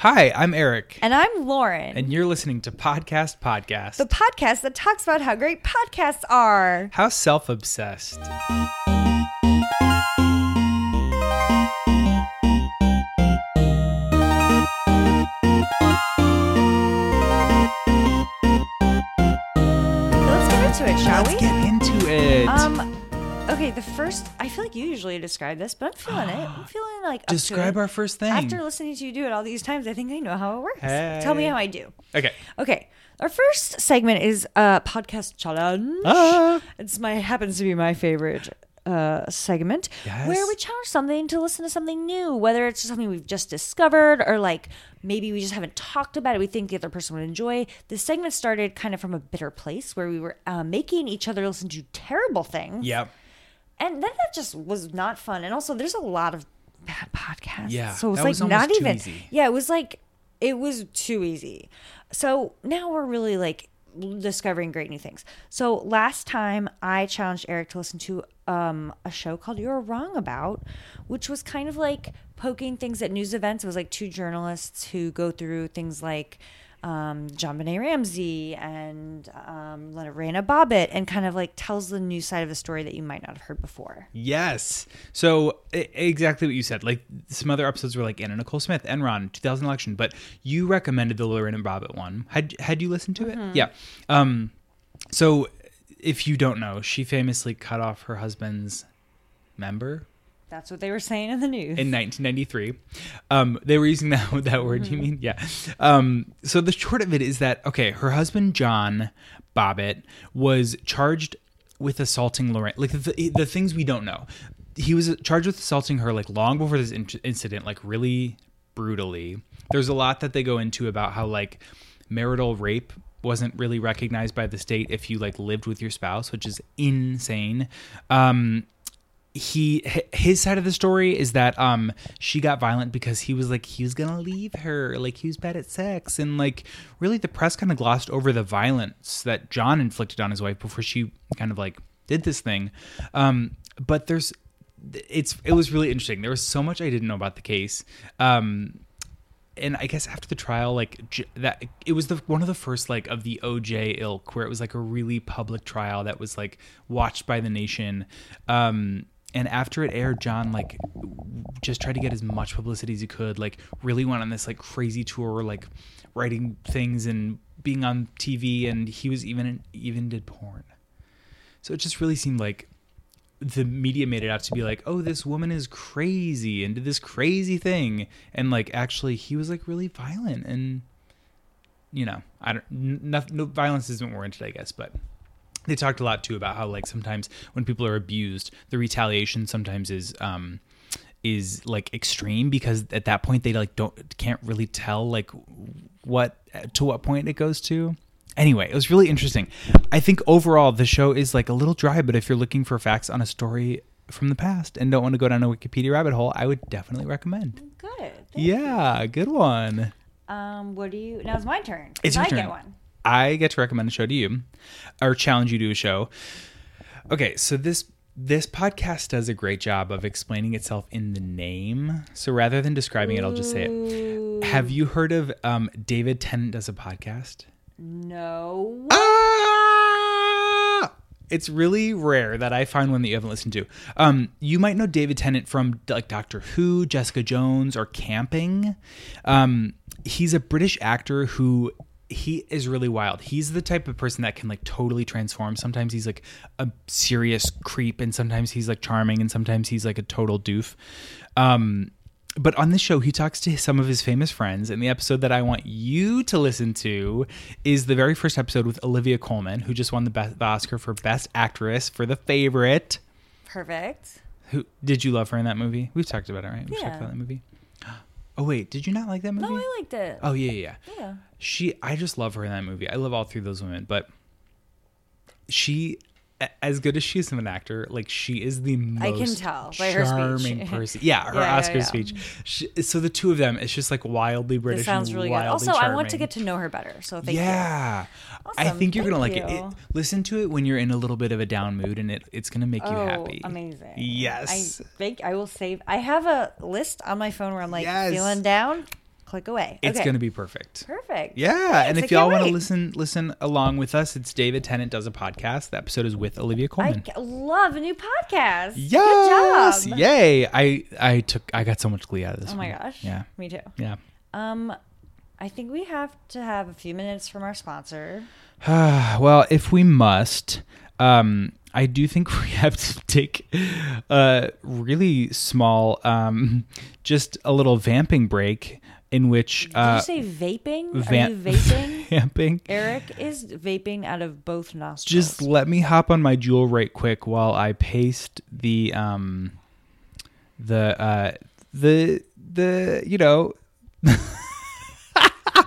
Hi, I'm Eric, And I'm Lauren. and you're listening to Podcast Podcast. the podcast that talks about how great podcasts are. How self obsessed. Let's get into it, shall Let's we? get into it. um Okay, the first I feel like you usually describe this, but I'm feeling it. I'm feeling like up to Describe it. our first thing. After listening to you do it all these times, I think I know how it works. Tell me Hey. how I do. okay. Okay. Our first segment is uh, podcast challenge. Ah. It's my happens to be my favorite uh, segment Yes. where we challenge something to listen to something new, whether it's something we've just discovered or like maybe we just haven't talked about it. We think the other person would enjoy. This segment started kind of from a bitter place where we were uh, making each other listen to terrible things, Yep. and then that just was not fun. And also, there's a lot of bad podcasts, Yeah, so it's that like was almost not too even. easy. Yeah, it was like it was too easy. So now we're really like discovering great new things. So last time I challenged Eric to listen to um a show called You're Wrong About, which was kind of like poking things at news events. It was like two journalists who go through things like um John Benet Ramsey and um Lorena Bobbitt and kind of like tells the new side of the story that you might not have heard before. Yes. So I- exactly what you said. Like some other episodes were like Anna Nicole Smith, Enron, 2000 election, but you recommended the Lorraine and Bobbitt one. Had had you listened to it? Yeah. Um. So if you don't know, she famously cut off her husband's member That's what they were saying in the news. in 1993. Um, they were using that that word. You mean yeah? Um, so the short of it is that okay, her husband John Bobbitt was charged with assaulting Lorraine. Like the, the things we don't know, he was charged with assaulting her like long before this in- incident, like really brutally. There's a lot that they go into about how like marital rape wasn't really recognized by the state if you like lived with your spouse, which is insane. Um, he hi- his side of the story is that um she got violent because he was like he was gonna leave her like he was bad at sex and like really the press kind of glossed over the violence that john inflicted on his wife before she kind of like did this thing um but there's it's it was really interesting there was so much i didn't know about the case um and I guess after the trial, like j- that, it was the one of the first like of the OJ ilk where it was like a really public trial that was like watched by the nation. Um, and after it aired, John like w- just tried to get as much publicity as he could. Like really went on this like crazy tour, like writing things and being on TV, and he was even even did porn. So it just really seemed like the media made it out to be like, oh, this woman is crazy and did this crazy thing, and like actually he was like really violent and you know I don't n- noth- no violence isn't warranted I guess, but they talked a lot too about how like sometimes when people are abused, the retaliation sometimes is um is like extreme because at that point they like don't can't really tell like what to what point it goes to. Anyway, it was really interesting. I think overall the show is like a little dry, but if you're looking for facts on a story from the past and don't want to go down a Wikipedia rabbit hole, I would definitely recommend. Good. Thank Yeah, good one. Um, what do you? Now it's my turn. 'cause It's your I turn. get one. I get to recommend a show to you, or challenge you to a show. Okay, so this this podcast does a great job of explaining itself in the name. So rather than describing it, I'll just say it. Have you heard of um, David Tennant does a podcast? No. Ah! It's really rare that I find one that you haven't listened to. Um, you might know David Tennant from like Doctor Who, Jessica Jones, or Camping. Um, he's a British actor who he is really wild. He's the type of person that can like totally transform. Sometimes he's like a serious creep, and sometimes he's like charming, and sometimes he's like a total doof. Um, but on this show, he talks to some of his famous friends, and the episode that I want you to listen to is the very first episode with Olivia Colman, who just won the, best, the Oscar for Best Actress for The Favorite. Perfect. Who did you love her in that movie? We've talked about it, right? We've talked Yeah. about that movie. Oh wait, did you not like that movie? No, I liked it. oh yeah, yeah, yeah. Yeah. She, I just love her in that movie. I love all three of those women, but she, a- as good as she is of an actor, like she is the most I can tell by her speech. charming person. Yeah, her Yeah, yeah, Oscar yeah. speech. She, so the two of them, it's just like wildly British. This sounds and really good. wildly Also, I want to charming. get to know her better. So thank you. Yeah, I Awesome. think you're gonna Thank like it. you. it. Listen to it when you're in a little bit of a down mood, and it, it's gonna make you Oh, happy. amazing. Yes. I think I will save. I have a list on my phone where I'm like Yes. feeling down. click away. It's okay. going to be perfect. perfect. Yeah, and I if y'all can't want to wait. listen listen along with us, it's David Tennant does a podcast. The episode is with Olivia I Coleman. c- love a new podcast. yes, Good job. yay! I I took I got so much glee out of this. Oh my one. gosh. Yeah, Me too. yeah. Um, I think we have to have a few minutes from our sponsor. well, if we must, um, I do think we have to take a really small, um, just a little vamping break in which Did uh, you say vaping? Are vamp- you vaping? vamping. Eric is vaping out of both nostrils. Just let me hop on my jewel right quick while I paste the um, the uh, the the you know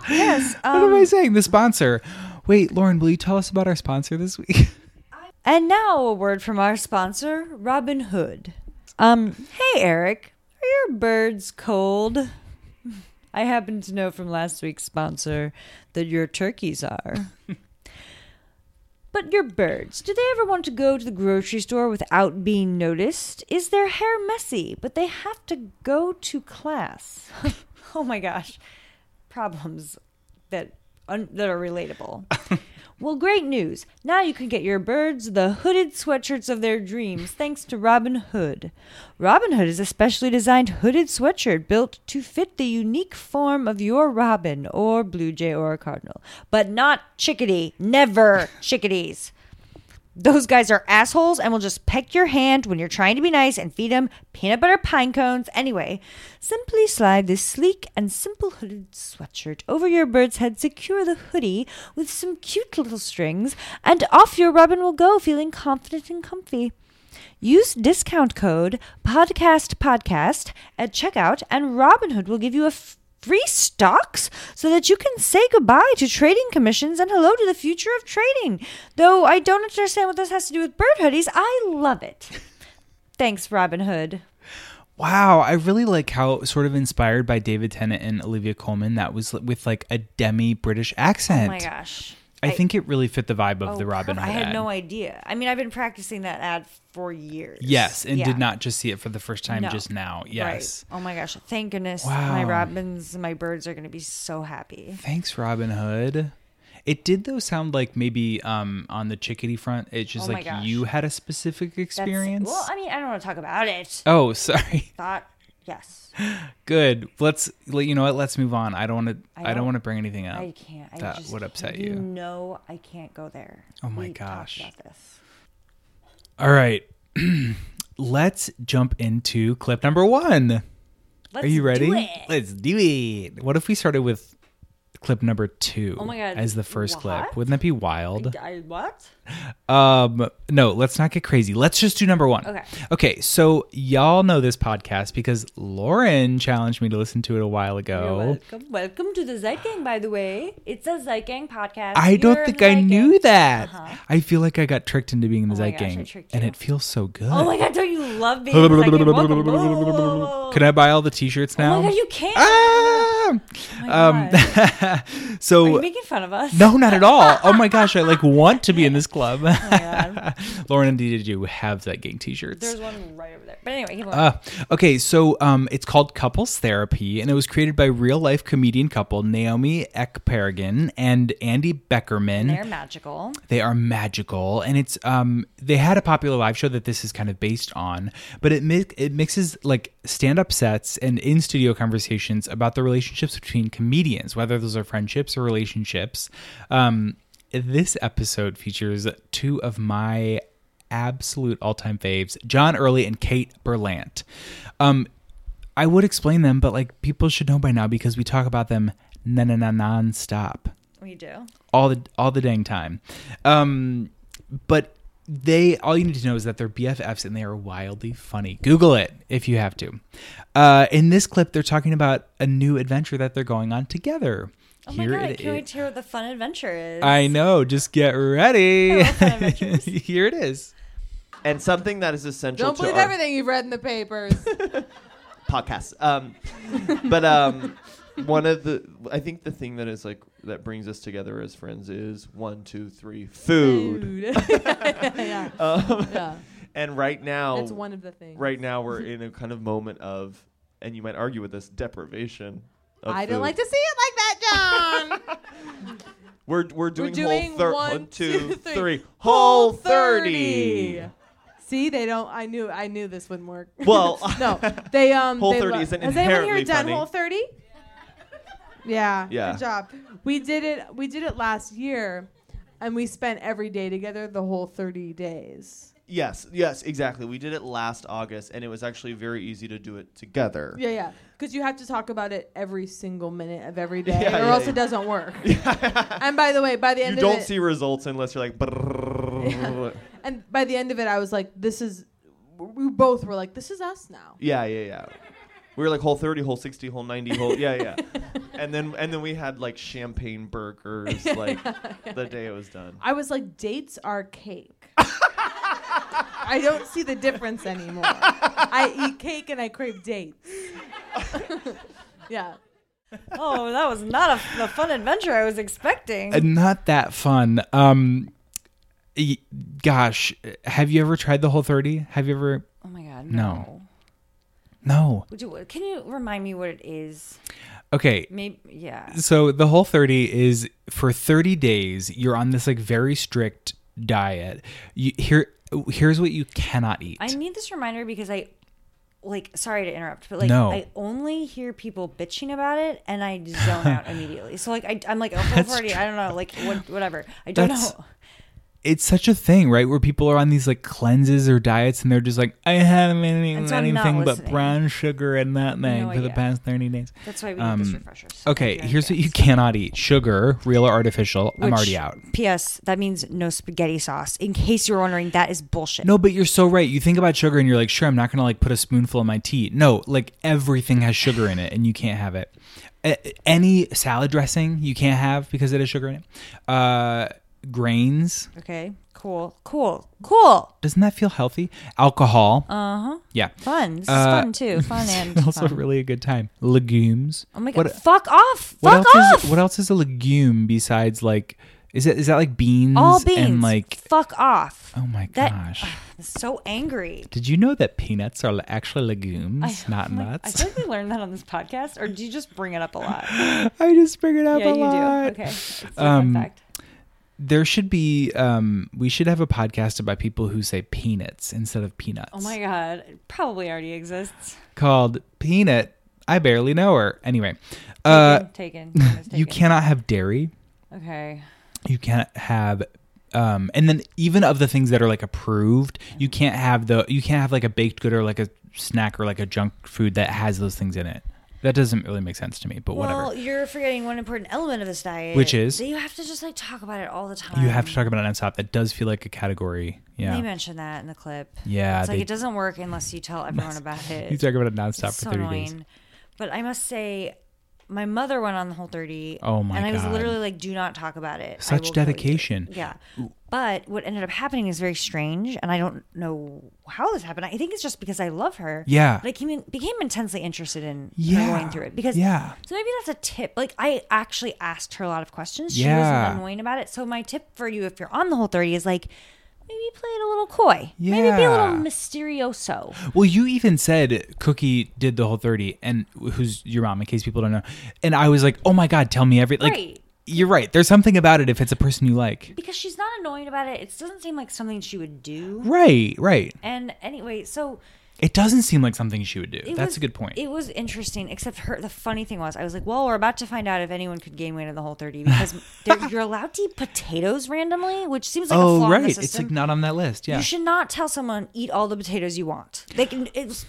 yes. what Um, am I saying? The sponsor. Wait, Lauren, will you tell us about our sponsor this week? and now a word from our sponsor, Robin Hood. Um, hey Eric, are your birds cold? I happen to know from last week's sponsor that your turkeys are. But your birds, do they ever want to go to the grocery store without being noticed? Is their hair messy, but they have to go to class? oh my gosh. Problems that un- that are relatable. well, great news. Now you can get your birds the hooded sweatshirts of their dreams thanks to Robin Hood. Robin Hood is a specially designed hooded sweatshirt built to fit the unique form of your robin or blue jay or cardinal, but not chickadee. Never chickadees. Those guys are assholes and will just peck your hand when you're trying to be nice and feed them peanut butter pine cones. Anyway, simply slide this sleek and simple hooded sweatshirt over your bird's head, secure the hoodie with some cute little strings, and off your robin will go feeling confident and comfy. Use discount code podcast podcast at checkout, and Robinhood will give you a f- free stocks so that you can say goodbye to trading commissions and hello to the future of trading. Though I don't understand what this has to do with bird hoodies, I love it. Thanks, Robinhood. Wow, I really like how sort of inspired by David Tennant and Olivia Colman that was with like a demi British accent. Oh my gosh. I, think it really fit the vibe of Oh, the Robin Hood. I had ad. no idea. I mean, I've been practicing that ad for years. Yes, and Yeah. did not just see it for the first time No. just now. Right. Yes. Oh my gosh. Thank goodness my Wow. robins, my birds are going to be so happy. Thanks, Robin Hood. It did though sound like maybe um on the chickadee front, it's just Oh my like gosh. you had a specific That's- experience. Well, I mean, I don't want to talk about it. oh, sorry. Thought, yes. Good. Let's let- you know what, let's move on. I don't wanna I, don't don't- wanna bring anything up. I can't. I that just, would upset you. you. No, I can't go there. Oh We my talked gosh. about this. All right. Let's jump into clip number one. Let's Are you do ready? it. Let's do it. What if we started with clip number two? Oh my God. As the first What? clip. Wouldn't that be wild? I, what? Um no, let's not get crazy. Let's just do number one. Okay. Okay, so y'all know this podcast because Lauren challenged me to listen to it a while ago. Welcome, welcome to the Zeitgang, by the way. It's a Zeitgang podcast. I You're don't in think the I Zeitgang. knew that. I feel like I got tricked into being in the Oh my Zeit gosh, I Gang. tricked And you. it feels so good. Oh my god, don't you love being in the Zeitgang? Welcome. Whoa, whoa, whoa, whoa, whoa. Can I buy all the t-shirts now? Oh my god, you can't. Ah! my um, Are you so making fun of us? no, not at all. Oh my gosh, I like want to be in this club. Oh God. Lauren and Dee, did you have that gang t-shirts? There's one right over there. But anyway, keep going. Uh, okay, so um, it's called Couples Therapy, and it was created by real life comedian couple Naomi Ekperigin and Andy Beckerman. They're magical. They are magical, and it's um they had a popular live show that this is kind of based on, but it mi- it mixes like stand up sets and in studio conversations about the relationships between comedians, whether those are friendships or relationships. Um, this episode features two of my absolute all time faves, John Early and Kate Berlant. Um, I would explain them, but like people should know by now because we talk about them na na na non stop We do. all the all the dang time. Um, but they all you need to know is that they're BFFs and they are wildly funny. Google it if you have to. Uh, in this clip, they're talking about a new adventure that they're going on together. Oh my god, I can't wait to hear what the fun adventure is. I know. Just get ready. love fun adventures. Here it is. and something that is essential Don't to believe our everything you've read in the papers. podcast. Um, but um, one of the I think the thing that is like that brings us together as friends is one, two, three, food. yeah. Um, yeah. and right now, That's one of the things. right now we're in a kind of moment of, and you might argue with this deprivation. of I food. don't like to see it like that, John. We're we're doing, doing whole thir- one, one, two, two, three. three. Whole Whole thirty. See, they don't. I knew. I knew this wouldn't work. Well, no, they um. Whole they 30 lo- isn't Has anyone here inherently done funny. Whole 30? Yeah. Yeah. Good job. We did it. We did it last year, and we spent every day together the whole 30 days. Yes, yes, exactly. We did it last August, and it was actually very easy to do it together. Yeah, yeah. Because you have to talk about it every single minute of every day, Yeah, or yeah, else yeah. it doesn't work. and by the way, by the you end of don't it, see results unless you're like. Yeah. and by the end of it, I was like, "This is." We both were like, "This is us now." yeah, yeah, yeah. We were like whole thirty, whole sixty, whole ninety, whole yeah, yeah. and then and then we had like champagne burgers like the day it was done. I was like, dates are cake. I don't see the difference anymore. I eat cake and I crave dates. yeah. Oh, that was not a, the fun adventure I was expecting. Uh, not that fun. Um, y- gosh, have you ever tried the whole thirty? Have you ever? oh my god, No. no. No. Would you- Can you remind me what it is? Okay. Maybe, yeah. So the whole 30 is for 30 days you're on this like very strict diet. You here here's what you cannot eat. I need this reminder because I, like, sorry to interrupt, but like, No. I only hear people bitching about it, and I zone out immediately. So like, I, I'm like, oh, whole That's party. true. I don't know, like, what, whatever. I don't That's- know. it's such a thing, right? Where people are on these like cleanses or diets and they're just like I haven't eaten And so I'm not anything but listening. brown sugar and nutmeg No for the idea. past 30 days. That's why we need this Um, refresher. So Okay, I here's what you guess. cannot eat. Sugar, real or artificial. I'm Which- already out. P.S. That means no spaghetti sauce. In case you were wondering, that is bullshit. No, but you're so right. You think about sugar and you're like, sure, I'm not going to like put a spoonful in my tea. No, like everything has sugar in it and you can't have it. A- any salad dressing you can't have because it has sugar in it. Uh, grains. Okay. Cool. Cool. Cool. Doesn't that feel healthy? Alcohol. Uh huh. yeah. Fun. This is Uh, fun too. Fun and also fun. really a good time. Legumes. Oh my god! What, fuck off! what fuck else off! is what else is a legume besides like is it is that like beans All beans. and like fuck off. Oh my That- gosh. I'm so angry. Did you know that peanuts are actually legumes, Mm, not I'm like- nuts? I feel like we learned that on this podcast, or do you just bring it up a lot? I just figured out yeah, a you lot. do. Okay. It's a Um, fun fact. There should be um we should have a podcast about people who say peanuts instead of peanuts. Oh my god! It probably already exists. Called Peanut. I barely know her. Anyway, uh taken. taken, taken. you cannot have dairy. Okay. You can't have um and then even of the things that are like approved, Mm-hmm. you can't have the you can't have like a baked good or like a snack or like a junk food that has those things in it. That doesn't really make sense to me, but whatever. Well, you're forgetting one important element of this diet, Which is? that you have to just like talk about it all the time. You have to talk about it nonstop. That does feel like a category. Yeah. They mentioned that in the clip. Yeah, It's like they- it doesn't work unless you tell everyone about it. You talk about it nonstop It's for so 30 annoying. days. But I must say, my mother went on the whole 30. Oh my And I was God. literally like, do not talk about it. I Such will kill you." dedication. Yeah. But what ended up happening is very strange. And I don't know how this happened. I think it's just because I love her. Yeah. But I came in, became intensely interested in Yeah. her going through it. Because Yeah. so maybe that's a tip. Like I actually asked her a lot of questions. She Yeah. wasn't annoying about it. So my tip for you if you're on the whole 30 is like maybe play it a little coy. Maybe be a Yeah. little mysterioso. Well, you even said Cookie did the whole 30 and who's your mom in case people don't know. And I was like, "Oh my god, tell me every like Right. You're right. There's something about it if it's a person you like. Because she's not annoying about it. It doesn't seem like something she would do. Right, right. And anyway, so It doesn't seem like something she would do. it That's was- a good point. It was interesting, except her. The funny thing was, I was like, "Well, we're about to find out if anyone could gain weight in the whole 30 because they're- you're allowed to eat potatoes randomly, which seems like a oh, flaw in the right. system. It's like not on that list. Yeah. You should not tell someone eat all the potatoes you want. They can. It's,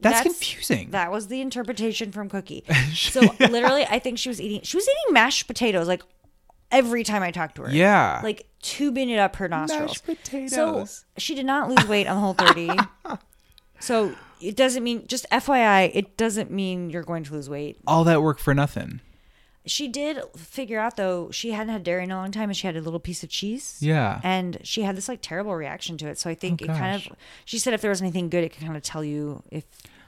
that's, confusing. That was the interpretation from Cookie. so literally, I think she was eating. She was eating mashed potatoes like every time I talked to her. Yeah. like tubing it up her nostrils. Mashed So potatoes. she did not lose weight on the whole thirty. so it doesn't mean just FYI, it doesn't mean you're going to lose weight. All that work for nothing. She did figure out though she hadn't had dairy in a long time, and she had a little piece of cheese. Yeah. and she had this like terrible reaction to it. So I think Oh, it kind gosh. of. She said if there was anything good, it could kind of tell you if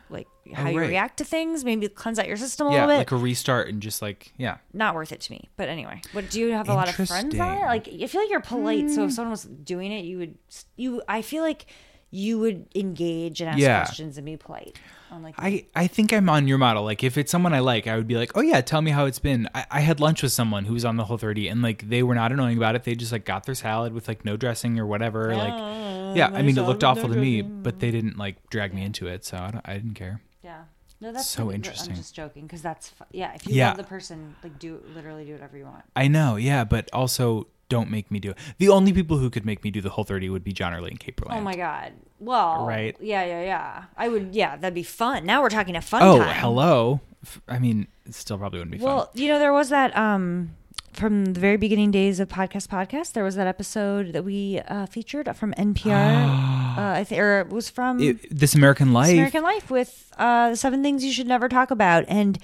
like how you Oh, right. react to things, maybe cleanse out your system a yeah, little bit. like a restart and just like, yeah. Not worth it to me. But anyway, what do you have a lot of friends on Interesting. Hmm. it? Like I feel like you're polite, so if someone was doing it, you would you. I feel like you would engage and ask Yeah. questions and be polite. on like I, I think I'm on your model. Like, if it's someone I like, I would be like, oh, yeah, tell me how it's been. I, I had lunch with someone who was on the whole 30 and, like, they were not annoying about it. They just, like, got their salad with, like, no dressing or whatever. Oh, like, yeah, I mean, it looked awful to me, but they didn't, like, drag me into it. So I, don't, I didn't care. yeah. No, that's So I'm- interesting. I'm just joking because that's fu- yeah. If you Yeah. love the person, like do literally do whatever you want. I know, yeah, but also don't make me do it. The only people who could make me do the whole 30 would be John Early and Caperland. Oh my god. Well, Right. Yeah, yeah, yeah. I would. Yeah, that'd be fun. Now we're talking a fun Oh, time. hello. F- I mean, it still probably wouldn't be Well, fun. you know, there was that um from the very beginning days of podcast podcast. There was that episode that we uh, featured from NPR. uh, I think, or it was from It- this American Life. This American Life with uh, seven things you should never talk about, and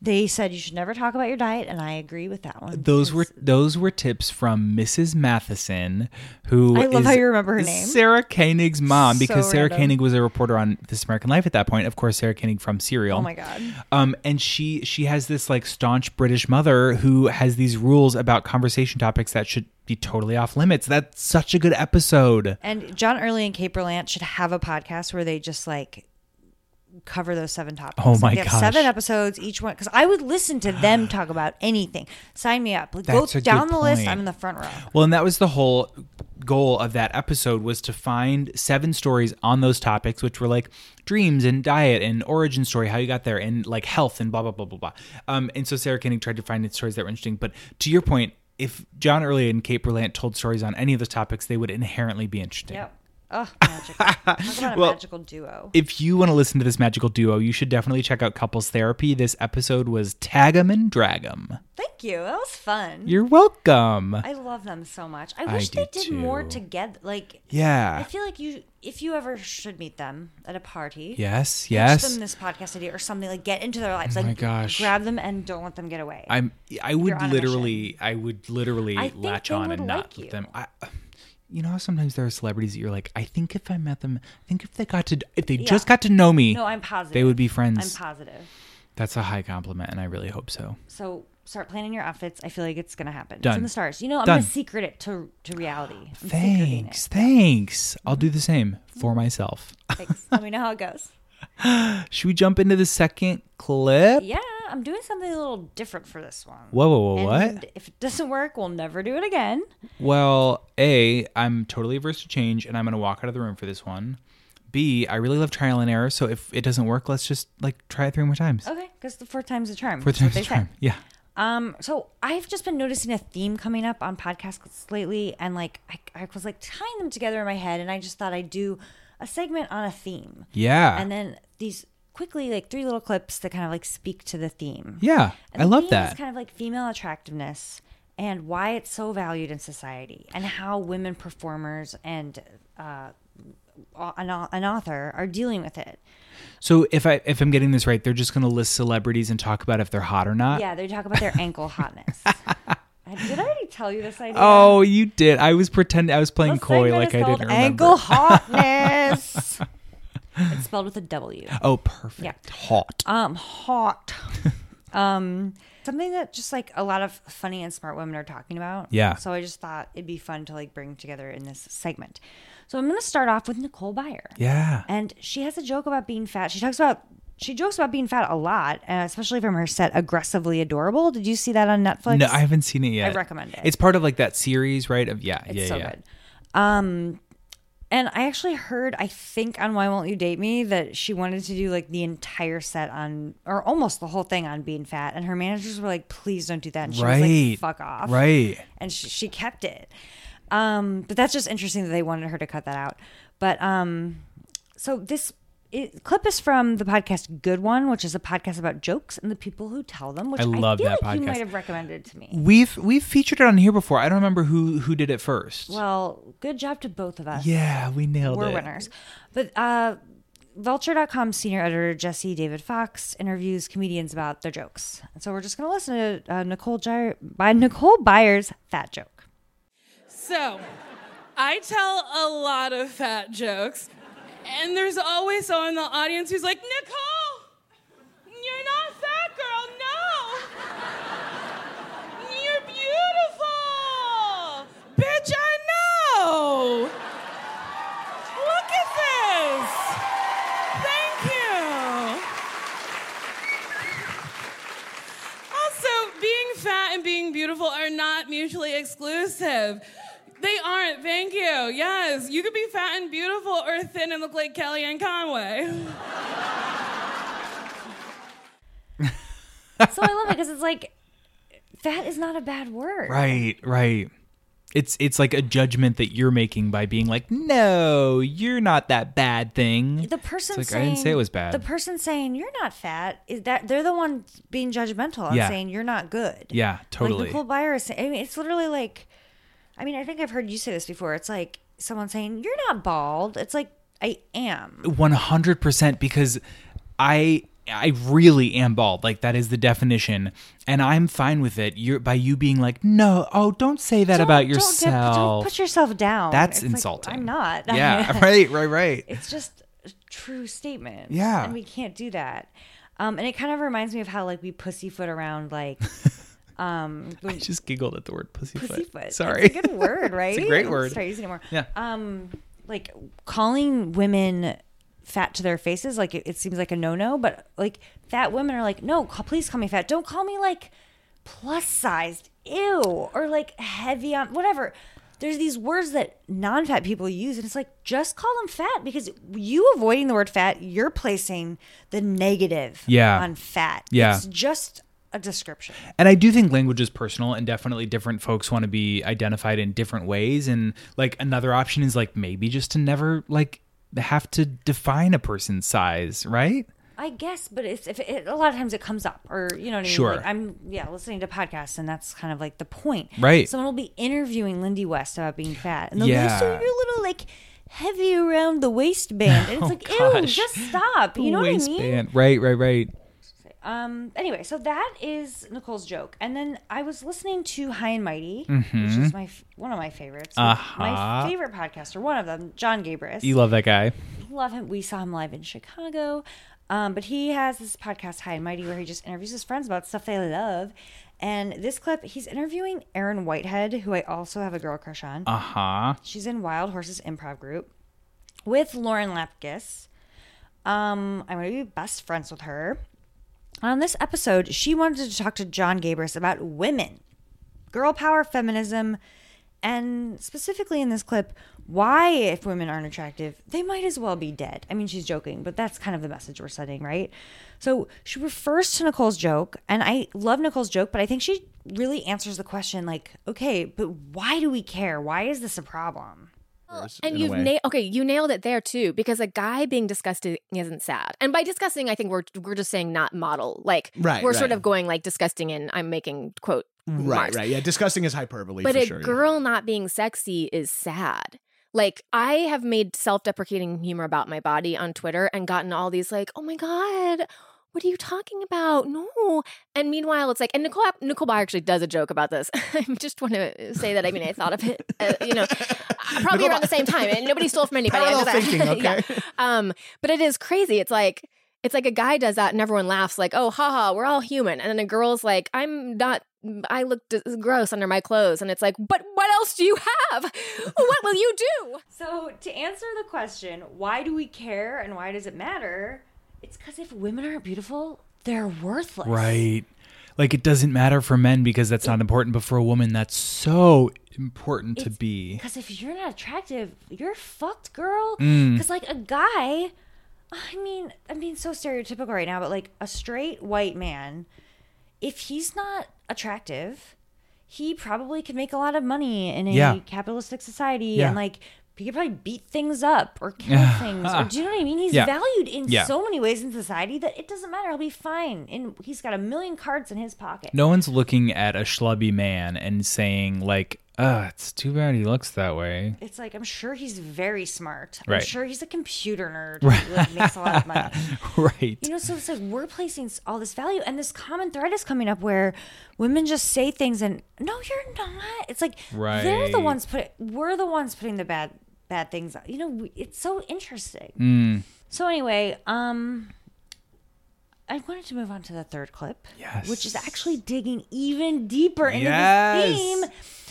they said you should never talk about your diet, and I agree with that one. Those were because those were tips from Mrs. Matheson, who I love is how you remember her name. Sarah Koenig's mom, So because Sarah random. Koenig was a reporter on This American Life at that point. Of course, Sarah Koenig from Serial. Oh my god! Um, and she she has this like staunch British mother who has these rules about conversation topics that should be totally off limits. That's such a good episode. And John Early and Kate Berlant should have a podcast where they just like cover those seven topics. Oh my They have gosh. Seven episodes each one, because I would listen to them talk about anything. Sign me up. Like, go That's a good down the list. point. I'm in the front row. Well, and that was the whole goal of that episode was to find seven stories on those topics, which were like dreams and diet and origin story, how you got there, and like health and blah blah blah blah blah. Um, and so Sarah Koenig tried to find stories that were interesting. But to your point, if John Early and Kate Berlant told stories on any of those topics, they would inherently be interesting. Yep. Oh, magical. Talk about a Well, magical duo. If you want to listen to this magical duo, you should definitely check out Couples Therapy. This episode was Tag 'em and Drag 'em. Thank you. That was fun. You're welcome. Mm. I love them so much. I I wish they do did more too. together. Like, I yeah. feel like you, if you ever should meet them at a party, Yes, pitch yes. them this podcast idea or something. Like, get into their lives. Oh like, my gosh. grab them and don't let them get away. I'm. I You're would on a literally. I would literally I think latch they on would and like not you. let them. I, you know how sometimes there are celebrities that you're like, I think if I met them, I think if they got to, if they just got to know me, no, I'm positive. they would be I'm friends. positive. That's a high compliment, and I really hope so. So start planning your outfits. I feel like it's gonna happen. It's Done. in the stars. You know, I'm Done. gonna secret it to to reality. I'm secreting Thanks, it. thanks. I'll do the same for myself. Thanks. Let me know how it goes. Should we jump into the second clip? Yeah, I'm doing something a little different for this one. Whoa, whoa, whoa! And What? If it doesn't work, we'll never do it again. Well, A, I'm totally averse to change and I'm going to walk out of the room for this one. B, I really love trial and error. So if it doesn't work, let's just like try it three more times. Okay, because the four times a charm. Four That's what times they the charm. say. Yeah. Um, so I've just been noticing a theme coming up on podcasts lately, and like I, I was like tying them together in my head, and I just thought I'd do a segment on a theme, Yeah. and then these quickly like three little clips that kind of like speak to the theme. yeah. And I the love theme is that. kind of like female attractiveness and why it's so valued in society, and how women performers and uh, au- an, au- an author are dealing with it. so if I if I'm getting this right, they're just going to list celebrities and talk about if they're hot or not. Yeah, they talk about their ankle hotness. Did I already tell you this idea? Oh, you did. I was pretending I was playing The coy segment is like I didn't called remember. Ankle hotness. it's spelled with a W. Oh, perfect. Hot. Um, hot. um, something that just like a lot of funny and smart women are talking about. Yeah. So I just thought it'd be fun to like bring together in this segment. So I'm gonna start off with Nicole Byer. Yeah. And she has a joke about being fat. She talks about she jokes about being fat a lot, and especially from her set "Aggressively Adorable." Did you see that on Netflix? No, I haven't seen it yet. recommend it. It's part of like that series, right? Of yeah, It's yeah, so yeah. good. Um, and I actually heard, I think on Why Won't You Date Me, that she wanted to do like the entire set on, or almost the whole thing on being fat. And her managers were like, please don't do that. And she Right. was like, fuck off. Right. And she, she kept it. Um, but that's just interesting that they wanted her to cut that out. But um, so this it, clip is from the podcast Good One, which is a podcast about jokes and the people who tell them, which I I, love feel that like you podcast. might have recommended to me. We've we've featured it on here before. I don't remember who who did it first. Well, good job to both of us. yeah, we nailed We're it. winners. But uh, Vulture.com senior editor Jesse David Fox interviews comedians about their jokes. And so we're just going to listen to uh, Nicole Gy- by Nicole Byers' fat joke. So, I tell a lot of fat jokes, and there's always someone in the audience who's like, Nicole, you're not fat, girl, no. You're beautiful. Bitch, I know. Look at this. Thank you. and being beautiful are not mutually exclusive. They aren't. Thank you. Yes, you could be fat and beautiful, or thin and look like Kellyanne Conway. So I love it because it's like fat is not a bad word. Right, right. It's it's like a judgment that you're making by being like, no, you're not that bad thing. The person It's like, saying I didn't say it was bad. The person saying you're not fat is that they're the one being judgmental and Yeah. saying you're not good. yeah, totally. Like Nicole Byer is saying, I mean, it's literally like, I mean, I think I've heard you say this before. It's like someone saying you're not bald. It's like I am. One hundred percent, because I I really am bald. Like that is the definition, and I'm fine with it. You're by you being like, no, oh, don't say that Don't- about don't dip- yourself. Don't put yourself down. That's It's like, insulting. I'm not. Yeah, right, right, right. it's just a true statement. Yeah. And we can't do that. Um, and it kind of reminds me of how like we pussyfoot around like um I just giggled at the word pussyfoot. pussyfoot. Sorry. It's a good word, right? great I'll word. Start using it more. Yeah. Um like calling women fat to their faces, like it, it seems like a no no, but like fat women are like, no, call, please call me fat. Don't call me like plus sized, ew, or like heavy on whatever. There's these words that non fat people use, and it's like, just call them fat because you avoiding the word fat, you're placing the negative Yeah. on fat. Yeah. It's just a description. And I do think language is personal, and definitely different folks want to be identified in different ways. And like another option is like maybe just to never like have to define a person's size, right? I guess, but it's if it, a lot of times it comes up, or you know what I mean. Sure. Like, I'm yeah listening to podcasts, and that's kind of like the point. Right. Someone will be interviewing Lindy West about being fat, and they'll be like, "So Yeah. you're a little like heavy around the waistband," and it's like, "Ew, Oh, gosh. just stop." Uh, You know what I mean? Waistband. Right, right, right. Um. Anyway, so that is Nicole's joke, and then I was listening to High and Mighty, which is my f- one of my favorites. like, My Mm-hmm. Uh-huh. favorite podcaster, one of them, John Gabris You love that guy. love him. We saw him live in Chicago. Um, but he has this podcast, High and Mighty, where he just interviews his friends about stuff they love. And this clip, he's interviewing Erin Whitehead, who I also have a girl crush on. Uh huh. She's in Wild Horses Improv Group with Lauren Lapkus. Um, I'm going to be best friends with her. On this episode, she wanted to talk to John Gabris about women, girl power, feminism, and specifically in this clip, why if women aren't attractive, they might as well be dead. I mean, she's joking, but that's kind of the message we're sending, right? So she refers to Nicole's joke, and I love Nicole's joke, but I think she really answers the question like, okay, but why do we care? Why is this a problem? Worse, in And a you've way. nailed okay, you nailed it there too, because a guy being disgusting isn't sad. And by disgusting, I think we're we're just saying not model. Like Right, we're sort right. of going like disgusting, and I'm making quote Right, marks. right. Yeah, disgusting is hyperbole But for a sure. yeah. girl not being sexy is sad. Like I have made self-deprecating humor about my body on Twitter and gotten all these like, "Oh my god, what are you talking about? No." And meanwhile, it's like, and Nicole Nicole Byer actually does a joke about this. I just want to say that. I mean, I thought of it, uh, you know, probably Nicole around the same time, and nobody stole from anybody. I Parallel know that. thinking, Yeah. okay? Um, but it is crazy. It's like it's like a guy does that and everyone laughs, like, "Oh, haha, we're all human." And then a girl's like, "I'm not. I look d- gross under my clothes." And it's like, "But what else do you have? what will you do?" So, to answer the question, why do we care and why does it matter? It's because if women aren't beautiful, they're worthless. Right. Like it doesn't matter for men because that's not important, but for a woman, that's so important to be. Because if you're not attractive, you're fucked, girl. Because, Mm. like, a guy, I mean, I'm being so stereotypical right now, but like, a straight white man, if he's not attractive, he probably could make a lot of money in a Yeah. capitalistic society Yeah. and, like, he could probably beat things up or kill things. Or, do you know what I mean? He's Yeah. valued in Yeah. so many ways in society that it doesn't matter. He'll be fine. And he's got a million cards in his pocket. No one's looking at a schlubby man and saying like, "Ah, it's too bad he looks that way." it's like I'm sure he's very smart. I'm Right. sure he's a computer nerd who like, makes a lot of money. right. You know, so it's like we're placing s- all this value, and this common thread is coming up where women just say things, and no, you're not. It's like they're the Right. ones put. We're the ones putting the bad bad things. You know, we, it's so interesting. Mm. So anyway, um, I wanted to move on to the third clip, Yes. which is actually digging even deeper into this theme.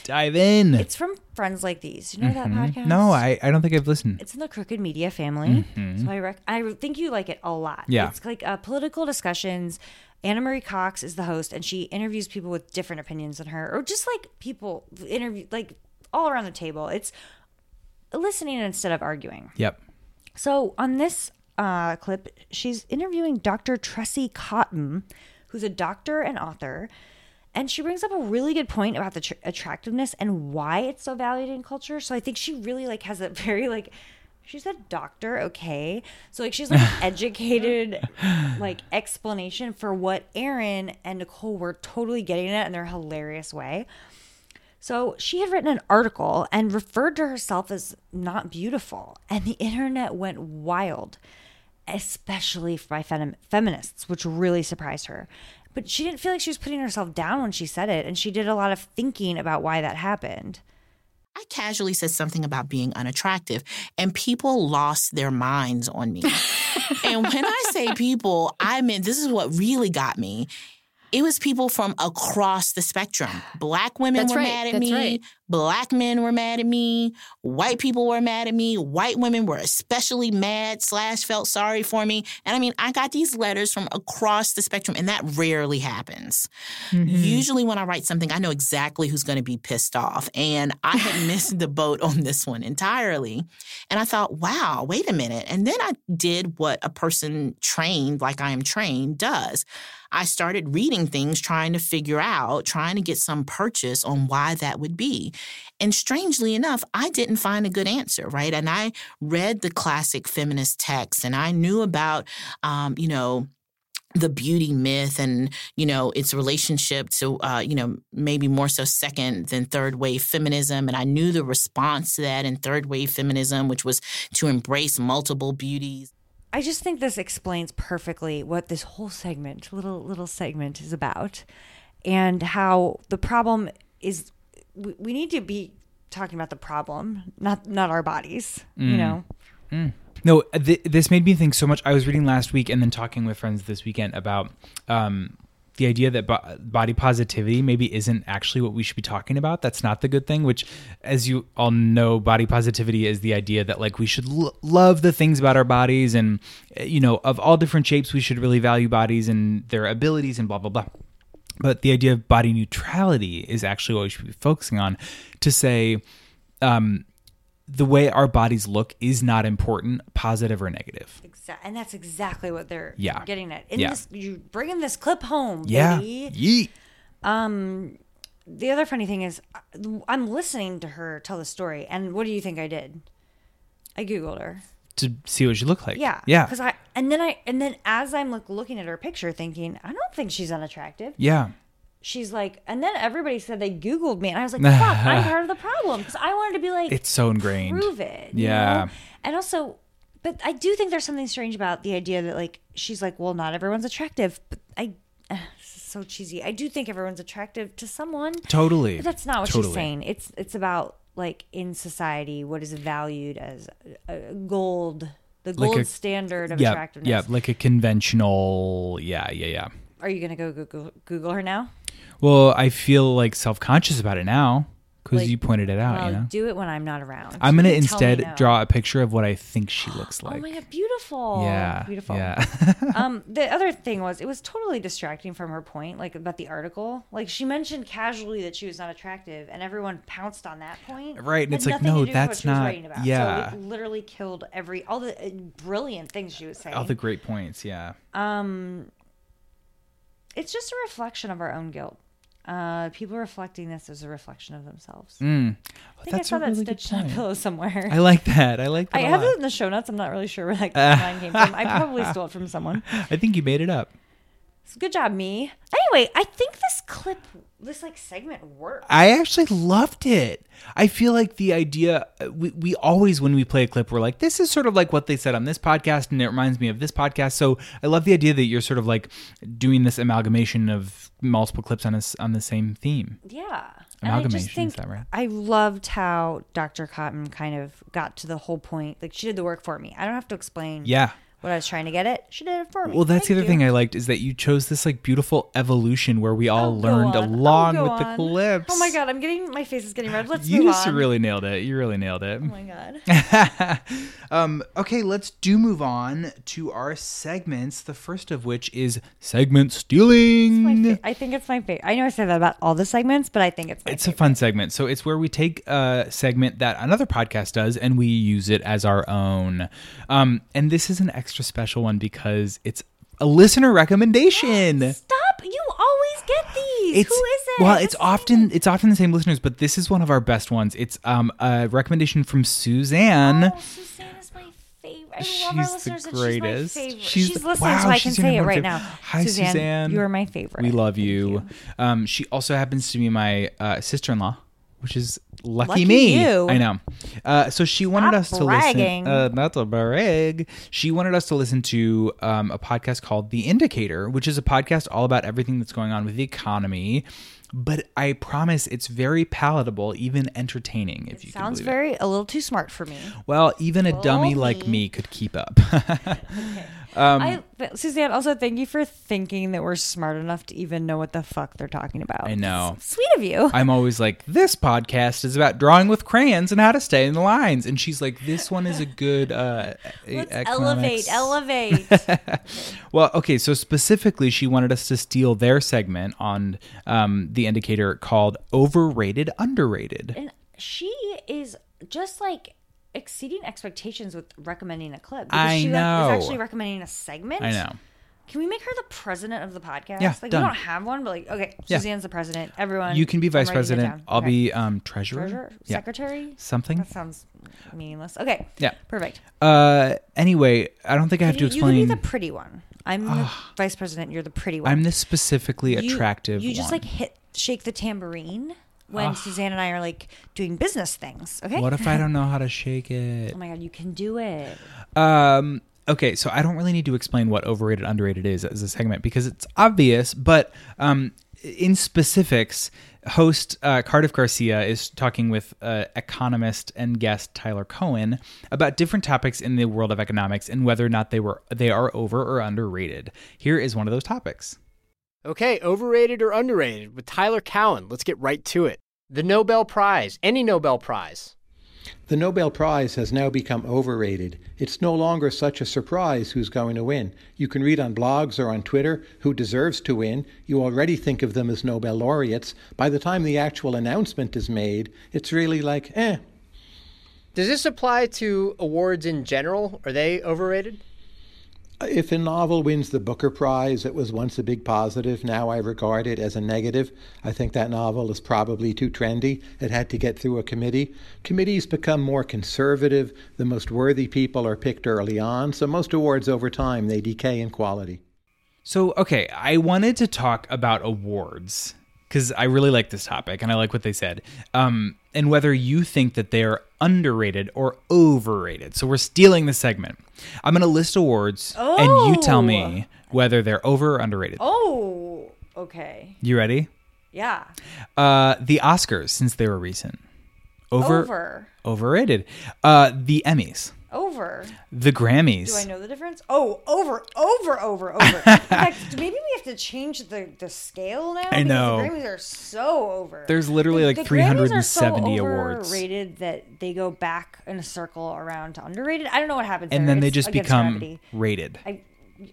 Dive in. It's from Friends Like These. You know that podcast? Mm-hmm. no, I, I don't think I've listened. it's in the crooked media family so i rec- i think you like it a lot Yeah. it's like uh, political discussions Anna Marie Cox is the host, and she interviews people with different opinions than her, or just like people interview like all around the table. It's listening instead of arguing. Yep. So on this uh, clip, she's interviewing Dr. Tressie Cotton, who's a doctor and author, and she brings up a really good point about the tr- attractiveness and why it's so valued in culture. So I think she really like has a very like she's a doctor, okay? So like she's like an educated like explanation for what Aaron and Nicole were totally getting at in their hilarious way. So she had written an article and referred to herself as not beautiful, and the internet went wild, especially by fem- feminists, which really surprised her. But she didn't feel like she was putting herself down when she said it, and she did a lot of thinking about why that happened. I casually said something about being unattractive, and people lost their minds on me. and when I say people, I mean, this is what really got me. It was people from across the spectrum. Black women That's were right, mad at that's me. right. Black men were mad at me. White people were mad at me. White women were especially mad slash felt sorry for me. And I mean, I got these letters from across the spectrum, and that rarely happens. Usually, when I write something, I know exactly who's going to be pissed off. And I had missed the boat on this one entirely. And I thought, wow, wait a minute. And then I did what a person trained, like I am trained, does. I started reading things, trying to figure out, trying to get some purchase on why that would be. And strangely enough, I didn't find a good answer, right? And I read the classic feminist texts and I knew about, um, you know, the beauty myth and you know its relationship to uh, you know maybe more so second than third wave feminism and i knew the response to that in third wave feminism which was to embrace multiple beauties I just think this explains perfectly what this whole segment, little little segment, is about, and how the problem is. We, we need to be talking about the problem, not not our bodies. Mm. You know, No, th- this made me think so much. I was reading last week and then talking with friends this weekend about um, the idea that bo- body positivity maybe isn't actually what we should be talking about. That's not the good thing, which, as you all know, body positivity is the idea that like we should l- love the things about our bodies and, eh, you know, of all different shapes, we should really value bodies and their abilities and blah, blah, blah. But the idea of body neutrality is actually what we should be focusing on to say, um, the way our bodies look is not important, positive or negative. Exa- and that's exactly what they're Yeah. getting at. In Yeah. this, you bringing this clip home, Yeah. baby. Um, Yeet. The other funny thing is, uh, I'm listening to her tell the story, and what do you think I did? I googled her. To see what she looked like. Yeah, Yeah. Because I and then I and then as I'm like looking at her picture, thinking I don't think she's unattractive. yeah. she's like, and then everybody said they Googled me, and I was like, fuck, I'm part of the problem because I wanted to be like, It's so ingrained. prove it, you Yeah. know? And also, but I do think there's something strange about the idea that like she's like, well, not everyone's attractive, but I. Ugh, this is so cheesy. I do think everyone's attractive to someone. Totally. But that's not what Totally. she's saying. It's it's about like in society what is valued as uh, gold, the Like gold a- standard of Yeah. attractiveness. Yeah. Like a conventional. Yeah. Yeah. Yeah. Are you gonna go Google, Google her now? Well, I feel like self conscious about it now because Like, you pointed it out, Well, you know? do it when I'm not around. I'm going Tell to me instead now. draw a picture of what I think she looks like. Oh my god, beautiful. Yeah. Beautiful. Yeah. Um the other thing was it was totally distracting from her point, like about the article. Like she mentioned casually that she was not attractive and everyone pounced on that point. Right, and Had it's like, nothing no, to do with what that's she was not- writing about. yeah. So it literally killed every all the uh, brilliant things she was saying. Um, All the great points. Yeah. it's just a reflection of our own guilt. Uh, people reflecting this is a reflection of themselves. I think Mm. that's I a saw that really good stitched on a point. pillow somewhere. I like that. I like that. I a have lot. it in the show notes. I'm not really sure where that line came from. I probably stole it from someone. I think you made it up. So good job, me. Anyway, I think this clip, this like segment worked. I actually loved it. I feel like the idea uh, we, we always when we play a clip we're like this is sort of like what they said on this podcast and it reminds me of this podcast. So I love the idea that you're sort of like doing this amalgamation of multiple clips on us on the same theme. yeah. Amalgamation, is that right? I loved how Dr. Cotton kind of got to the whole point. Like she did the work for me. I don't have to explain Yeah. what I was trying to get at, she did it for me. Well, Thank that's the other you. thing I liked is that you chose this like beautiful evolution where we all I'll Oh, go on. learned I'll along go with the on. clips. Oh my god, I'm getting my face is getting red. Let's You move just on. really nailed it. You really nailed it. oh my god. um, okay, let's do move on to our segments. The first of which is segment stealing. My fa- I think it's my favorite. I know I say that about all the segments, but I think it's my It's a fun segment. So it's where we take a segment that another podcast does and we use it as our own. Um, and this is an extra special one because it's a listener recommendation. Stop! You always get these. It's, Who is it? Well, it's Let's often it's often the same listeners, but this is one of our best ones. It's um, a recommendation from Suzanne. Oh, Suzanne is my favorite. I love our She's the listeners, and greatest. She's, my favorite. She's She's, the- listening, wow, so I she's can even say it more right favorite. now. Hi, Suzanne. You are my favorite. We love you. Um, she also happens to be my uh, sister in law, which is lucky, Lucky me. you. I know. Uh, so she wanted us to bragging. listen. Uh, not to brag. She wanted us to listen to um, a podcast called The Indicator, which is a podcast all about everything that's going on with the economy. But I promise it's very palatable, even entertaining. If you can Sounds believe it. very a little too smart for me. well, even a dummy like me could keep up. Um, I, but Suzanne, also thank you for thinking that we're smart enough to even know what the fuck they're talking about. I know. Sweet of you. I'm always like, this podcast is about drawing with crayons and how to stay in the lines. And she's like, this one is a good. Uh, e- economics- Elevate, elevate. Well, okay. So specifically, she wanted us to steal their segment on um, the indicator called "Overrated, Underrated." and she is just like exceeding expectations with recommending a clip. Because I she like, know. is actually recommending a segment. I know. Can we make her the president of the podcast? Yeah, like done. we don't have one, but like okay, Yeah. Suzanne's the president. Everyone, You can be I'm vice writing it president. down. I'll Okay. be um, treasurer. treasurer, Yeah. secretary. Something. That sounds meaningless. Okay, Yeah. perfect. Uh, anyway, I don't think I have to you, explain. Ah. you can be the pretty one. I'm the vice president. You're the pretty one. I'm the specifically You- attractive. You, just one. Ah. like hit, shake the tambourine when Suzanne and I are like doing business things. Okay. What if I don't know how to shake it? Oh my god, you can do it. Um, okay, so I don't really need to explain what overrated, underrated is as a segment because it's obvious, but um, in specifics, host uh, Cardiff Garcia is talking with uh, economist and guest Tyler Cohen about different topics in the world of economics and whether or not they were they are over or underrated. Here is one of those topics. Okay, overrated or underrated with Tyler Cowan. Let's get right to it. The Nobel Prize, any Nobel Prize. The Nobel Prize has now become overrated. It's no longer such a surprise who's going to win. You can read on blogs or on Twitter who deserves to win. You already think of them as Nobel laureates. By the time the actual announcement is made, it's really like, eh. Does this apply to awards in general? Are they overrated? If a novel wins the Booker Prize, it was once a big positive. Now I regard it as a negative. I think that novel is probably too trendy. It had to get through a committee. Committees become more conservative. The most worthy people are picked early on. So most awards over time, they decay in quality. So, okay, I wanted to talk about awards because I really like this topic and I like what they said, um, and whether you think that they are underrated or overrated. So, we're stealing the segment. I'm going to list awards and you tell me whether they're over or underrated. Oh, okay. You ready? Yeah. Uh, the Oscars, since they were recent, over, Over. overrated. Uh, the Emmys, Over. the Grammys. Do I know the difference? Oh, over, over, over, over. In fact, maybe we have to change the, the scale now. because know. The Grammys are so over. There's literally, like, Grammys are 370 so awards. Overrated that they go back in a circle around to underrated. I don't know what happens. and there. then they It's just against become gravity. rated. I,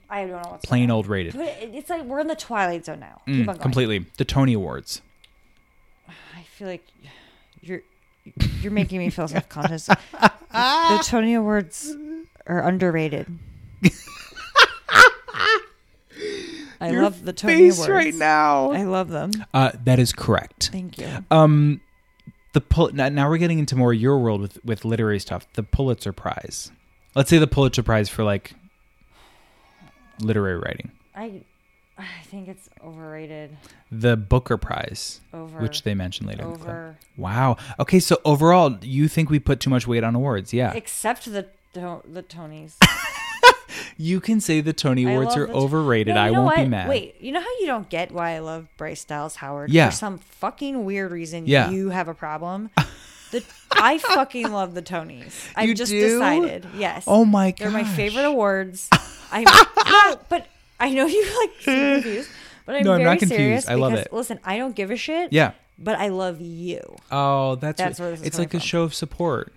I don't know what's Plain going on. old rated. But it- it's like we're in the twilight zone now. Keep Mm, on going. completely. The Tony Awards. I feel like you're you're making me feel self conscious. the Tony Awards are underrated. I love the Tony Awards now. I love them. Uh, that is correct. Thank you. Um, the Pul- now, now we're getting into more your world with with literary stuff. The Pulitzer Prize. Let's say the Pulitzer Prize for like literary writing. I I think it's overrated. The Booker Prize, Over. which they mentioned later. in the clip. over. Wow. Okay, so overall, you think we put too much weight on awards? Yeah. Except the the, the Tonys. you can say the Tony I Awards love are the- overrated. No, I you know won't be what? mad. Wait, you know how you don't get why I love Bryce Dallas Howard Yeah. for some fucking weird reason? Yeah. you have a problem. The I fucking love the Tonys. I've You just do? decided. Yes. Oh my They're my gosh. favorite awards. I'm no, but I know you like seem confused. But I'm No, I'm very not confused. serious I love because, it. Listen, I don't give a shit. Yeah. But I love you. Oh, that's, That's where this is it's coming like from. a show of support.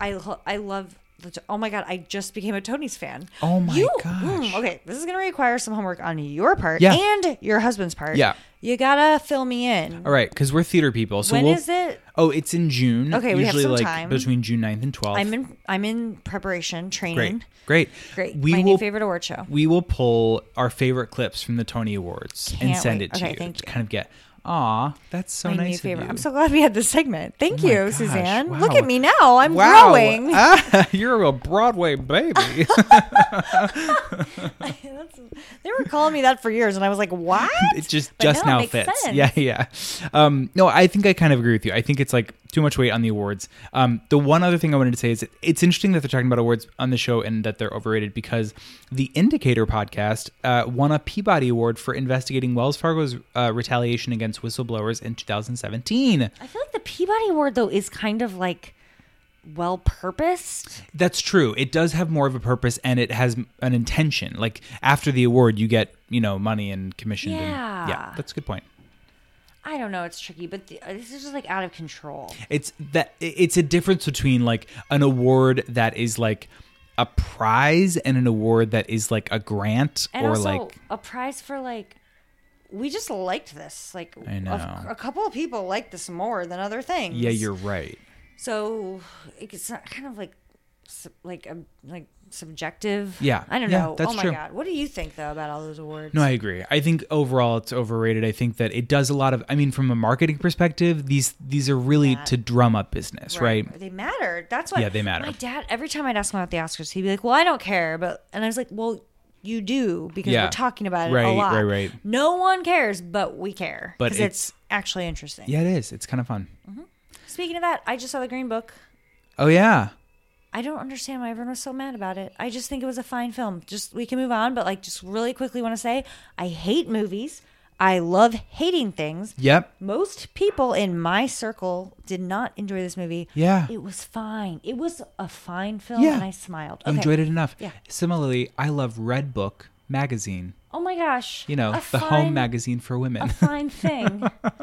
I lo- I love. The t- oh my god! I just became a Tony's fan. Oh my you, mm, gosh. okay, this is gonna require some homework on your part Yeah. and your husband's part. Yeah. you gotta fill me in. All right, because we're theater people. So When we'll, is it? Oh, it's in June. Okay, we have usually some like time. between June 9th and 12th. I'm in. I'm in preparation, training. Great, great, Great. We My new will, favorite award show. We will pull our favorite clips from the Tony Awards and Can't send wait. it to Okay, you thank to you. kind of get. Aw, that's so My nice. new of favorite. you. I'm so glad we had this segment. Thank Oh my you, gosh, Suzanne. wow. Look at me now. I'm wow. growing. Ah, you're a Broadway baby. they were calling me that for years, and I was like, "What?" it just But just no, it now makes fits. sense. Yeah, yeah. Um, no, I think I kind of agree with you. I think it's like too much weight on the awards. Um, the one other thing I wanted to say is it- it's interesting that they're talking about awards on the show and that they're overrated because the Indicator podcast uh, won a Peabody Award for investigating Wells Fargo's uh, retaliation against whistleblowers in 2017. I feel like the Peabody Award though is kind of like well purposed. That's true. It does have more of a purpose and it has an intention. Like after the award, you get you know money and commission. Yeah. yeah, that's a good point. I don't know. It's tricky, but the, uh, this is just like out of control. It's that it's a difference between like an award that is like a prize and an award that is like a grant and or also like a prize for like we just liked this like I know. A, a couple of people liked this more than other things yeah, you're right. so it's not kind of like sub- like a like subjective Yeah. i don't Yeah, know that's oh my true. god what do you think though about all those awards No, I agree. I think overall it's overrated. I think that it does a lot of I mean from a marketing perspective, these these are really to drum up business, right? they matter that's why Yeah, they matter. my dad every time i'd ask him about the oscars he'd be like well i don't care but and i was like well you do because Yeah. we're talking about it a Right, lot right, right. no one cares but we care But 'cause it's- it's actually interesting Yeah, it is. It's kind of fun. speaking of that i just saw the green book Oh yeah. I don't understand why everyone was so mad about it. I just think it was a fine film. Just we can move on, but like just really quickly want to say I hate movies. I love hating things. Yep. Most people in my circle did not enjoy this movie. Yeah. It was fine. It was a fine film Yeah. and I smiled. You Okay. Enjoyed it enough. Yeah. Similarly, I love Red Book magazine. Oh my gosh. You know, A the fine- home magazine for women. A fine thing.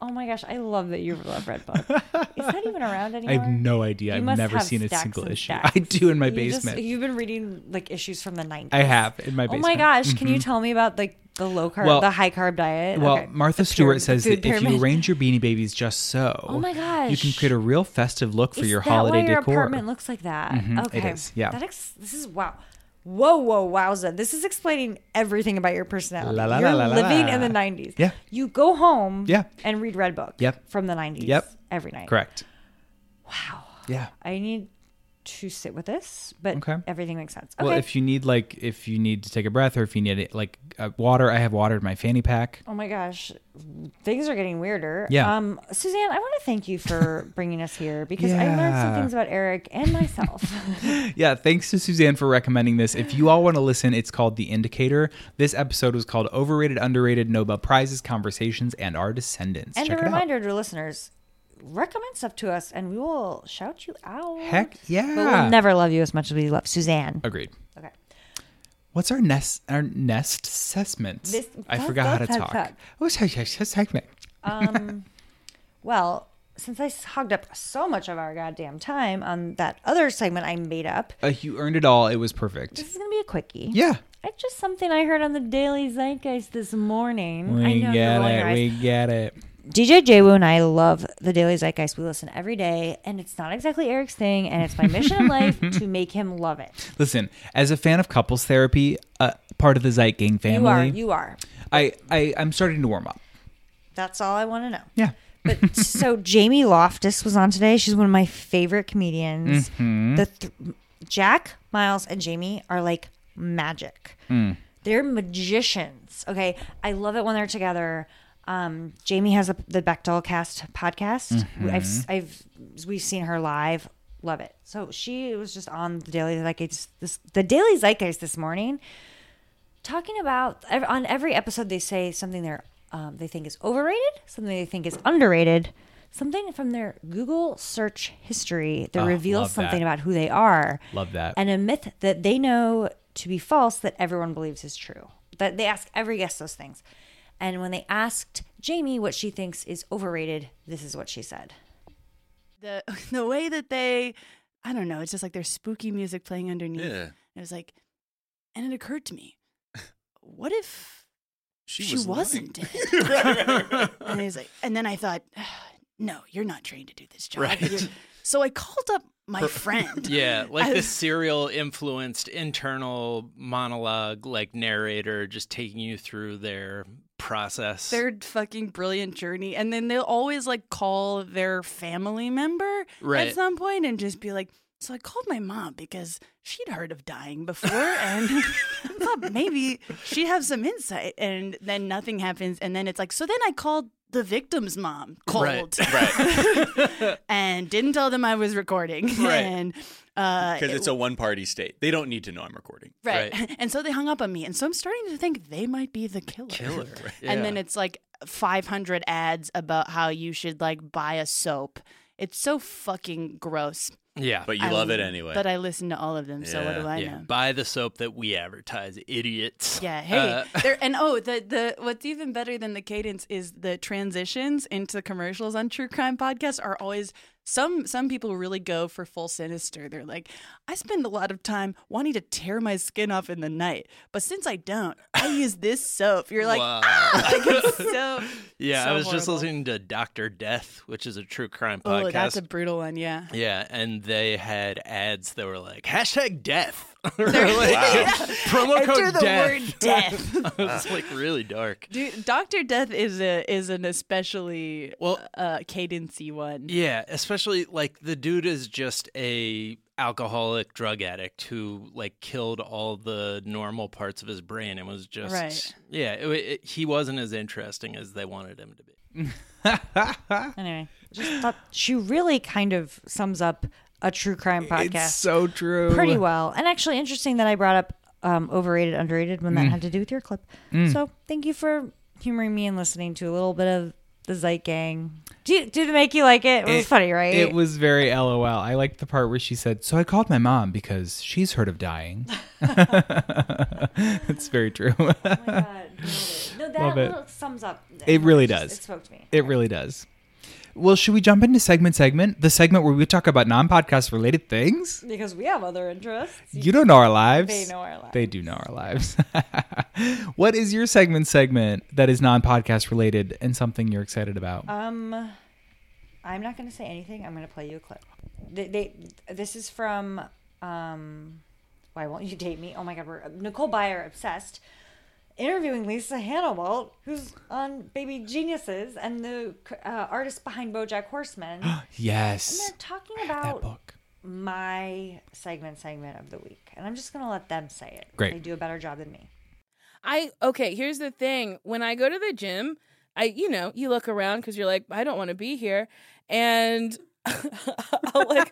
oh my gosh, I love that you love Redbook. Is that even around anymore? I have no idea. You I've must never have seen a stacks single and issue. stacks. I do in my You just- basement. you've been reading like issues from the 90s. I have in my Oh basement. Mm-hmm. my gosh, can you tell me about like the low carb, Well- the high carb diet? Well, Okay. Martha The Stewart pyramid- says the that food if pyramid. you arrange your beanie babies just so, Oh my you can gosh. create a real festive look for Is your that holiday why your decor. Mm-hmm, apartment looks like that. okay, is, yeah. That ex- this is wow. Whoa, whoa, wowza! This is explaining everything about your personality. La, la, You're la, la, la, living la. in the '90s. Yeah. You go home. Yeah. And read Redbook. Yep. From the '90s. Yep. Every night. Correct. Wow. Yeah. I need to sit with this, but Okay. everything makes sense. Okay. Well, if you need like if you need to take a breath or if you need like uh, water, I have water in my fanny pack. Oh my gosh, things are getting weirder. Yeah. Um, Suzanne, I want to thank you for bringing us here because I learned some Yeah. things about Eric and myself. Yeah, thanks to Suzanne for recommending this. If you all want to listen, it's called The Indicator. This episode was called Overrated, Underrated Nobel Prizes, Conversations, and Our Descendants. and Check a it out. reminder to listeners recommend stuff to us and we will shout you out. Heck yeah. But we'll never love you as much as we love Suzanne. Agreed. Okay. What's our nest? Our nest assessment. This- I that- forgot that- how to that- talk. that. Oh, sorry, sorry, sorry, segment. Um, Well, since I hogged up so much of our goddamn time on that other segment I made up, Uh, you earned it all. It was perfect. this is going to be a quickie. Yeah. It's just something I heard on the Daily Zeitgeist this morning. Mm, I We know you're get rolling your it. eyes. We get it. DJ J-Woo and I love the Daily Zeitgeist. We listen every day, and it's not exactly Eric's thing, and it's my mission in life to make him love it. Listen, as a fan of couples therapy, uh, part of the Zeit Gang You are, family, you are. I, I, I'm starting to warm up. That's all I want to know. Yeah. But so Jamie Loftus was on today. She's one of my favorite comedians. Mm-hmm. The th- Jack, Miles, and Jamie are like magic. Mm-hmm. They're magicians. Okay, I love it when they're together. Um, Jamie has a, the Bechdel Cast podcast. Mm-hmm. I've, s- I've, we've seen her live. Love it. So she was just on the Daily Zeitgeist this, the Daily Zeitgeist this morning, talking about ev- on every episode they say something they're um, they think is overrated, something they think is underrated, something from their Google search history that Oh, love reveals that. something about who they are. Love that. And a myth that they know to be false that everyone believes is true. That they ask every guest those things. And when they asked Jamie what she thinks is overrated, this is what she said. the the way that they I don't know, it's just like there's spooky music playing underneath. Yeah. It was like and it occurred to me, what if She she, was lying. wasn't dead? And it was like and then I thought, no, you're not trained to do this job. Right. You're- So I called up my friend. Yeah, I like was- this serial influenced internal monologue, like narrator just taking you through their process. their fucking brilliant journey and then they'll always like call their family member Right. at some point and just be like so i called my mom because she'd heard of dying before and I thought maybe she'd have some insight and then nothing happens and then it's like so then i called the victim's mom cold and didn't tell them i was recording Right. and uh Because it- it's a one party state. They don't need to know I'm recording. Right. And so they hung up on me. And so I'm starting to think they might be the killer. Killer. Right. And then Yeah. it's like 500 ads about how you should like buy a soap. It's so fucking gross. Yeah. But you I love it l- anyway. But I listen to all of them. So what do I know? Buy the soap that we advertise, idiots. Yeah, hey. Uh, there and oh, the the what's even better than the cadence is the transitions into commercials on true crime podcasts are always some some people really go for full sinister. They're like, I spend a lot of time wanting to tear my skin off in the night, but since I don't, I use this soap. You're like, Wow. "Ah!" Like, it's so yeah, I so was just horrible. listening to Doctor Death, which is a true crime podcast. Oh, that's a brutal one. Yeah. Yeah, and they had ads that were like hashtag death. Or, like, Promo Enter code the death. word death. it's like really dark. Dude, Doctor Death is a is an especially well uh, cadency one. Yeah, especially like the dude is just a alcoholic drug addict who like killed all the normal parts of his brain and was just Right. yeah it, it- he wasn't as interesting as they wanted him to be. Anyway, just thought she really kind of sums up a true crime podcast. so true. Pretty well. And actually, interesting that I brought up um, overrated, underrated when Mm. that had to do with your clip. So thank you for humoring me and listening to a little bit of the Zeit Gang. Do you, did it make you like it? It was funny, right? It was very LOL. I liked the part where she said, "So I called my mom because she's heard of dying." It's very true. Oh No, Love that it. little sums up. It really just- does. It spoke to me. It really does. Well, should we jump into segment segment? The segment where we talk about non-podcast related things? Because we have other interests. You don't know our lives. They know our lives. They do know our lives. what is your segment segment that is non-podcast related and something you're excited about? Um, I'm not going to say anything. I'm going to play you a clip. They, they this is from um, why won't you date me? Oh my God, we're Nicole Byer obsessed interviewing Lisa Hannawalt, who's on Baby Geniuses and the uh, artist behind BoJack Horseman. and yes. they're talking That about book. my segment segment of the week, and I'm just going to let them say it. Great. they do a better job than me. I okay, here's the thing. When I go to the gym, I you know, you look around cuz you're like I don't want to be here and I'll like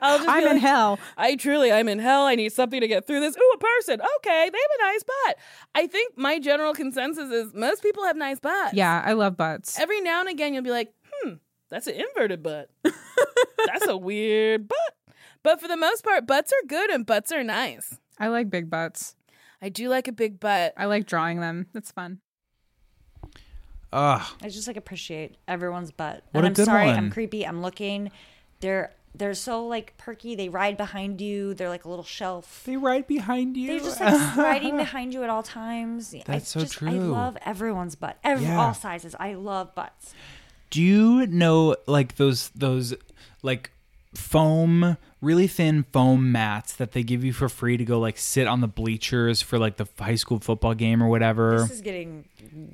I'll just be I'm in like, hell. I truly I'm in hell. I need something to get through this. Ooh, a person. Okay, they have a nice butt. I think my general consensus is most people have nice butts. Yeah, I love butts. Every now and again you'll be like, "Hmm, that's an inverted butt. that's a weird butt." But for the most part, butts are good and butts are nice. I like big butts. I do like a big butt. I like drawing them. That's fun. Ugh. I just like appreciate everyone's butt. and What a I'm good sorry, one. I'm creepy. I'm looking. They're they're so like perky. They ride behind you. They're like a little shelf. They ride behind you. They're just like riding behind you at all times. That's so I just, I true. love everyone's butt. Ev- Yeah. All sizes. I love butts. Do you know like those those like foam really thin foam mats that they give you for free to go like sit on the bleachers for like the high school football game or whatever? This is getting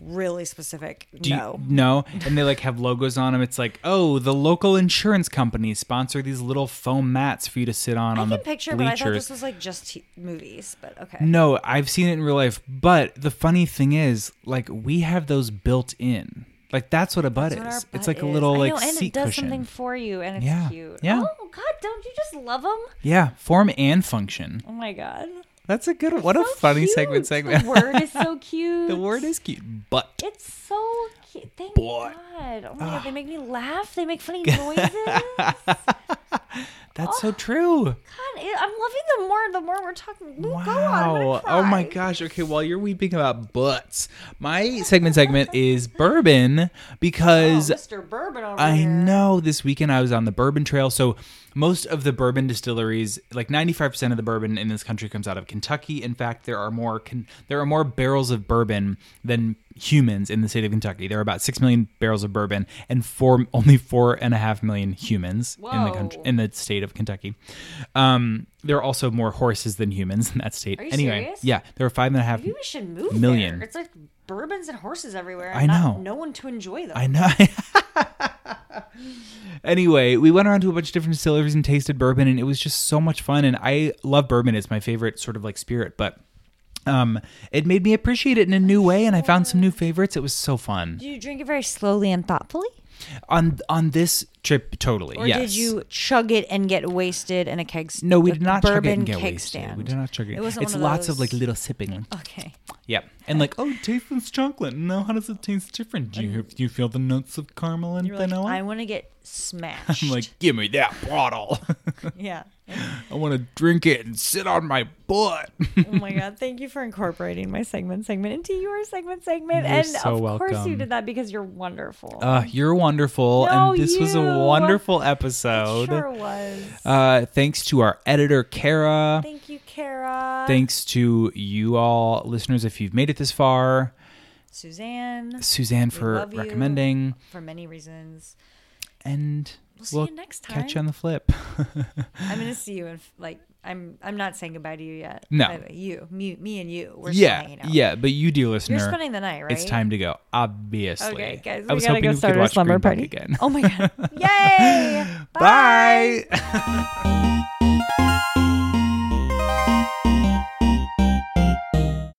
really specific. Do you- no. no, and they like have logos on them. It's like, oh, the local insurance companies sponsor these little foam mats for you to sit on I on can the picture, but I bleachers. thought this was like just t- movies. But okay. no, I've seen it in real life, but the funny thing is, like, we have those built in. Like that's what a butt That's what is. our butt it's like a is. little I like know, and seat it does cushion. something for you, and it's Yeah. cute. Yeah. Oh God, don't you just love them? Yeah, form and function. Oh my God. That's a good. What a funny segment. Segment. The word is so cute. the word is cute, but It's so cute. Thank Boy. Ah. God. Oh my God. They make me laugh. They make funny noises. God, that's Ah. so true. it- I'm loving them more the more we're talking. Lou, Go on. I'm Wow. gonna Oh my cry. gosh. Okay, while you're weeping about butts, my segment segment is bourbon because Oh, Mr. Bourbon over I here. know this weekend I was on the bourbon trail. So most of the bourbon distilleries, like 95% of the bourbon in this country comes out of Kentucky. In fact, there are more con- there are more barrels of bourbon than humans in the state of Kentucky. There are about 6 million barrels of bourbon and four only four and a half million humans in the country in the state of Kentucky. Um, there are also more horses than humans in that state. Are you anyway, serious? yeah, there are five and a half Maybe we should move million. there. It's like bourbons and horses everywhere. I and not- know. no one to enjoy them. I know. anyway, we went around to a bunch of different distilleries and tasted bourbon, and it was just so much fun. And I love bourbon; it's my favorite sort of like spirit. But um, it made me appreciate it in a new way, and I found some new favorites. It was so fun Do you drink it very slowly and thoughtfully? on on this trip. Totally, Or yes. did you chug it and get wasted in a keg stand? No, we did not chug it and get keg wasted. Stand. We did not chug it. It wasn't it's one lots of those- like little sipping. Okay. Yep. And like, oh, it tastes like chocolate. No, how does it taste different? Do you, do you feel the notes of caramel and You're like, vanilla? I want to get smashed. I'm like, give me that bottle. yeah. I want to drink it and sit on my butt. Oh my god! Thank you for incorporating my segment segment into your segment segment, You're and so of course you welcome. did that because you're wonderful. Uh, you're wonderful, No, and this was a you. wonderful episode. sure was. Uh, thanks to our editor Kara. Thank you, Kara. Thanks to you all listeners if you've made it this far. Suzanne. Suzanne We for love you recommending. for many reasons. And We'll see you next Catch time. you on the flip. I'm gonna see you and like I'm I'm not saying goodbye to you yet. No. By the way, you, me, me, and you. We're still yeah, hanging out. yeah, but you do, listener. spending the night, It's right? time to go. Obviously. Okay, guys, I we was gotta hoping go you start could our watch slumber Green Book party. again. Oh my god! Yay! Bye.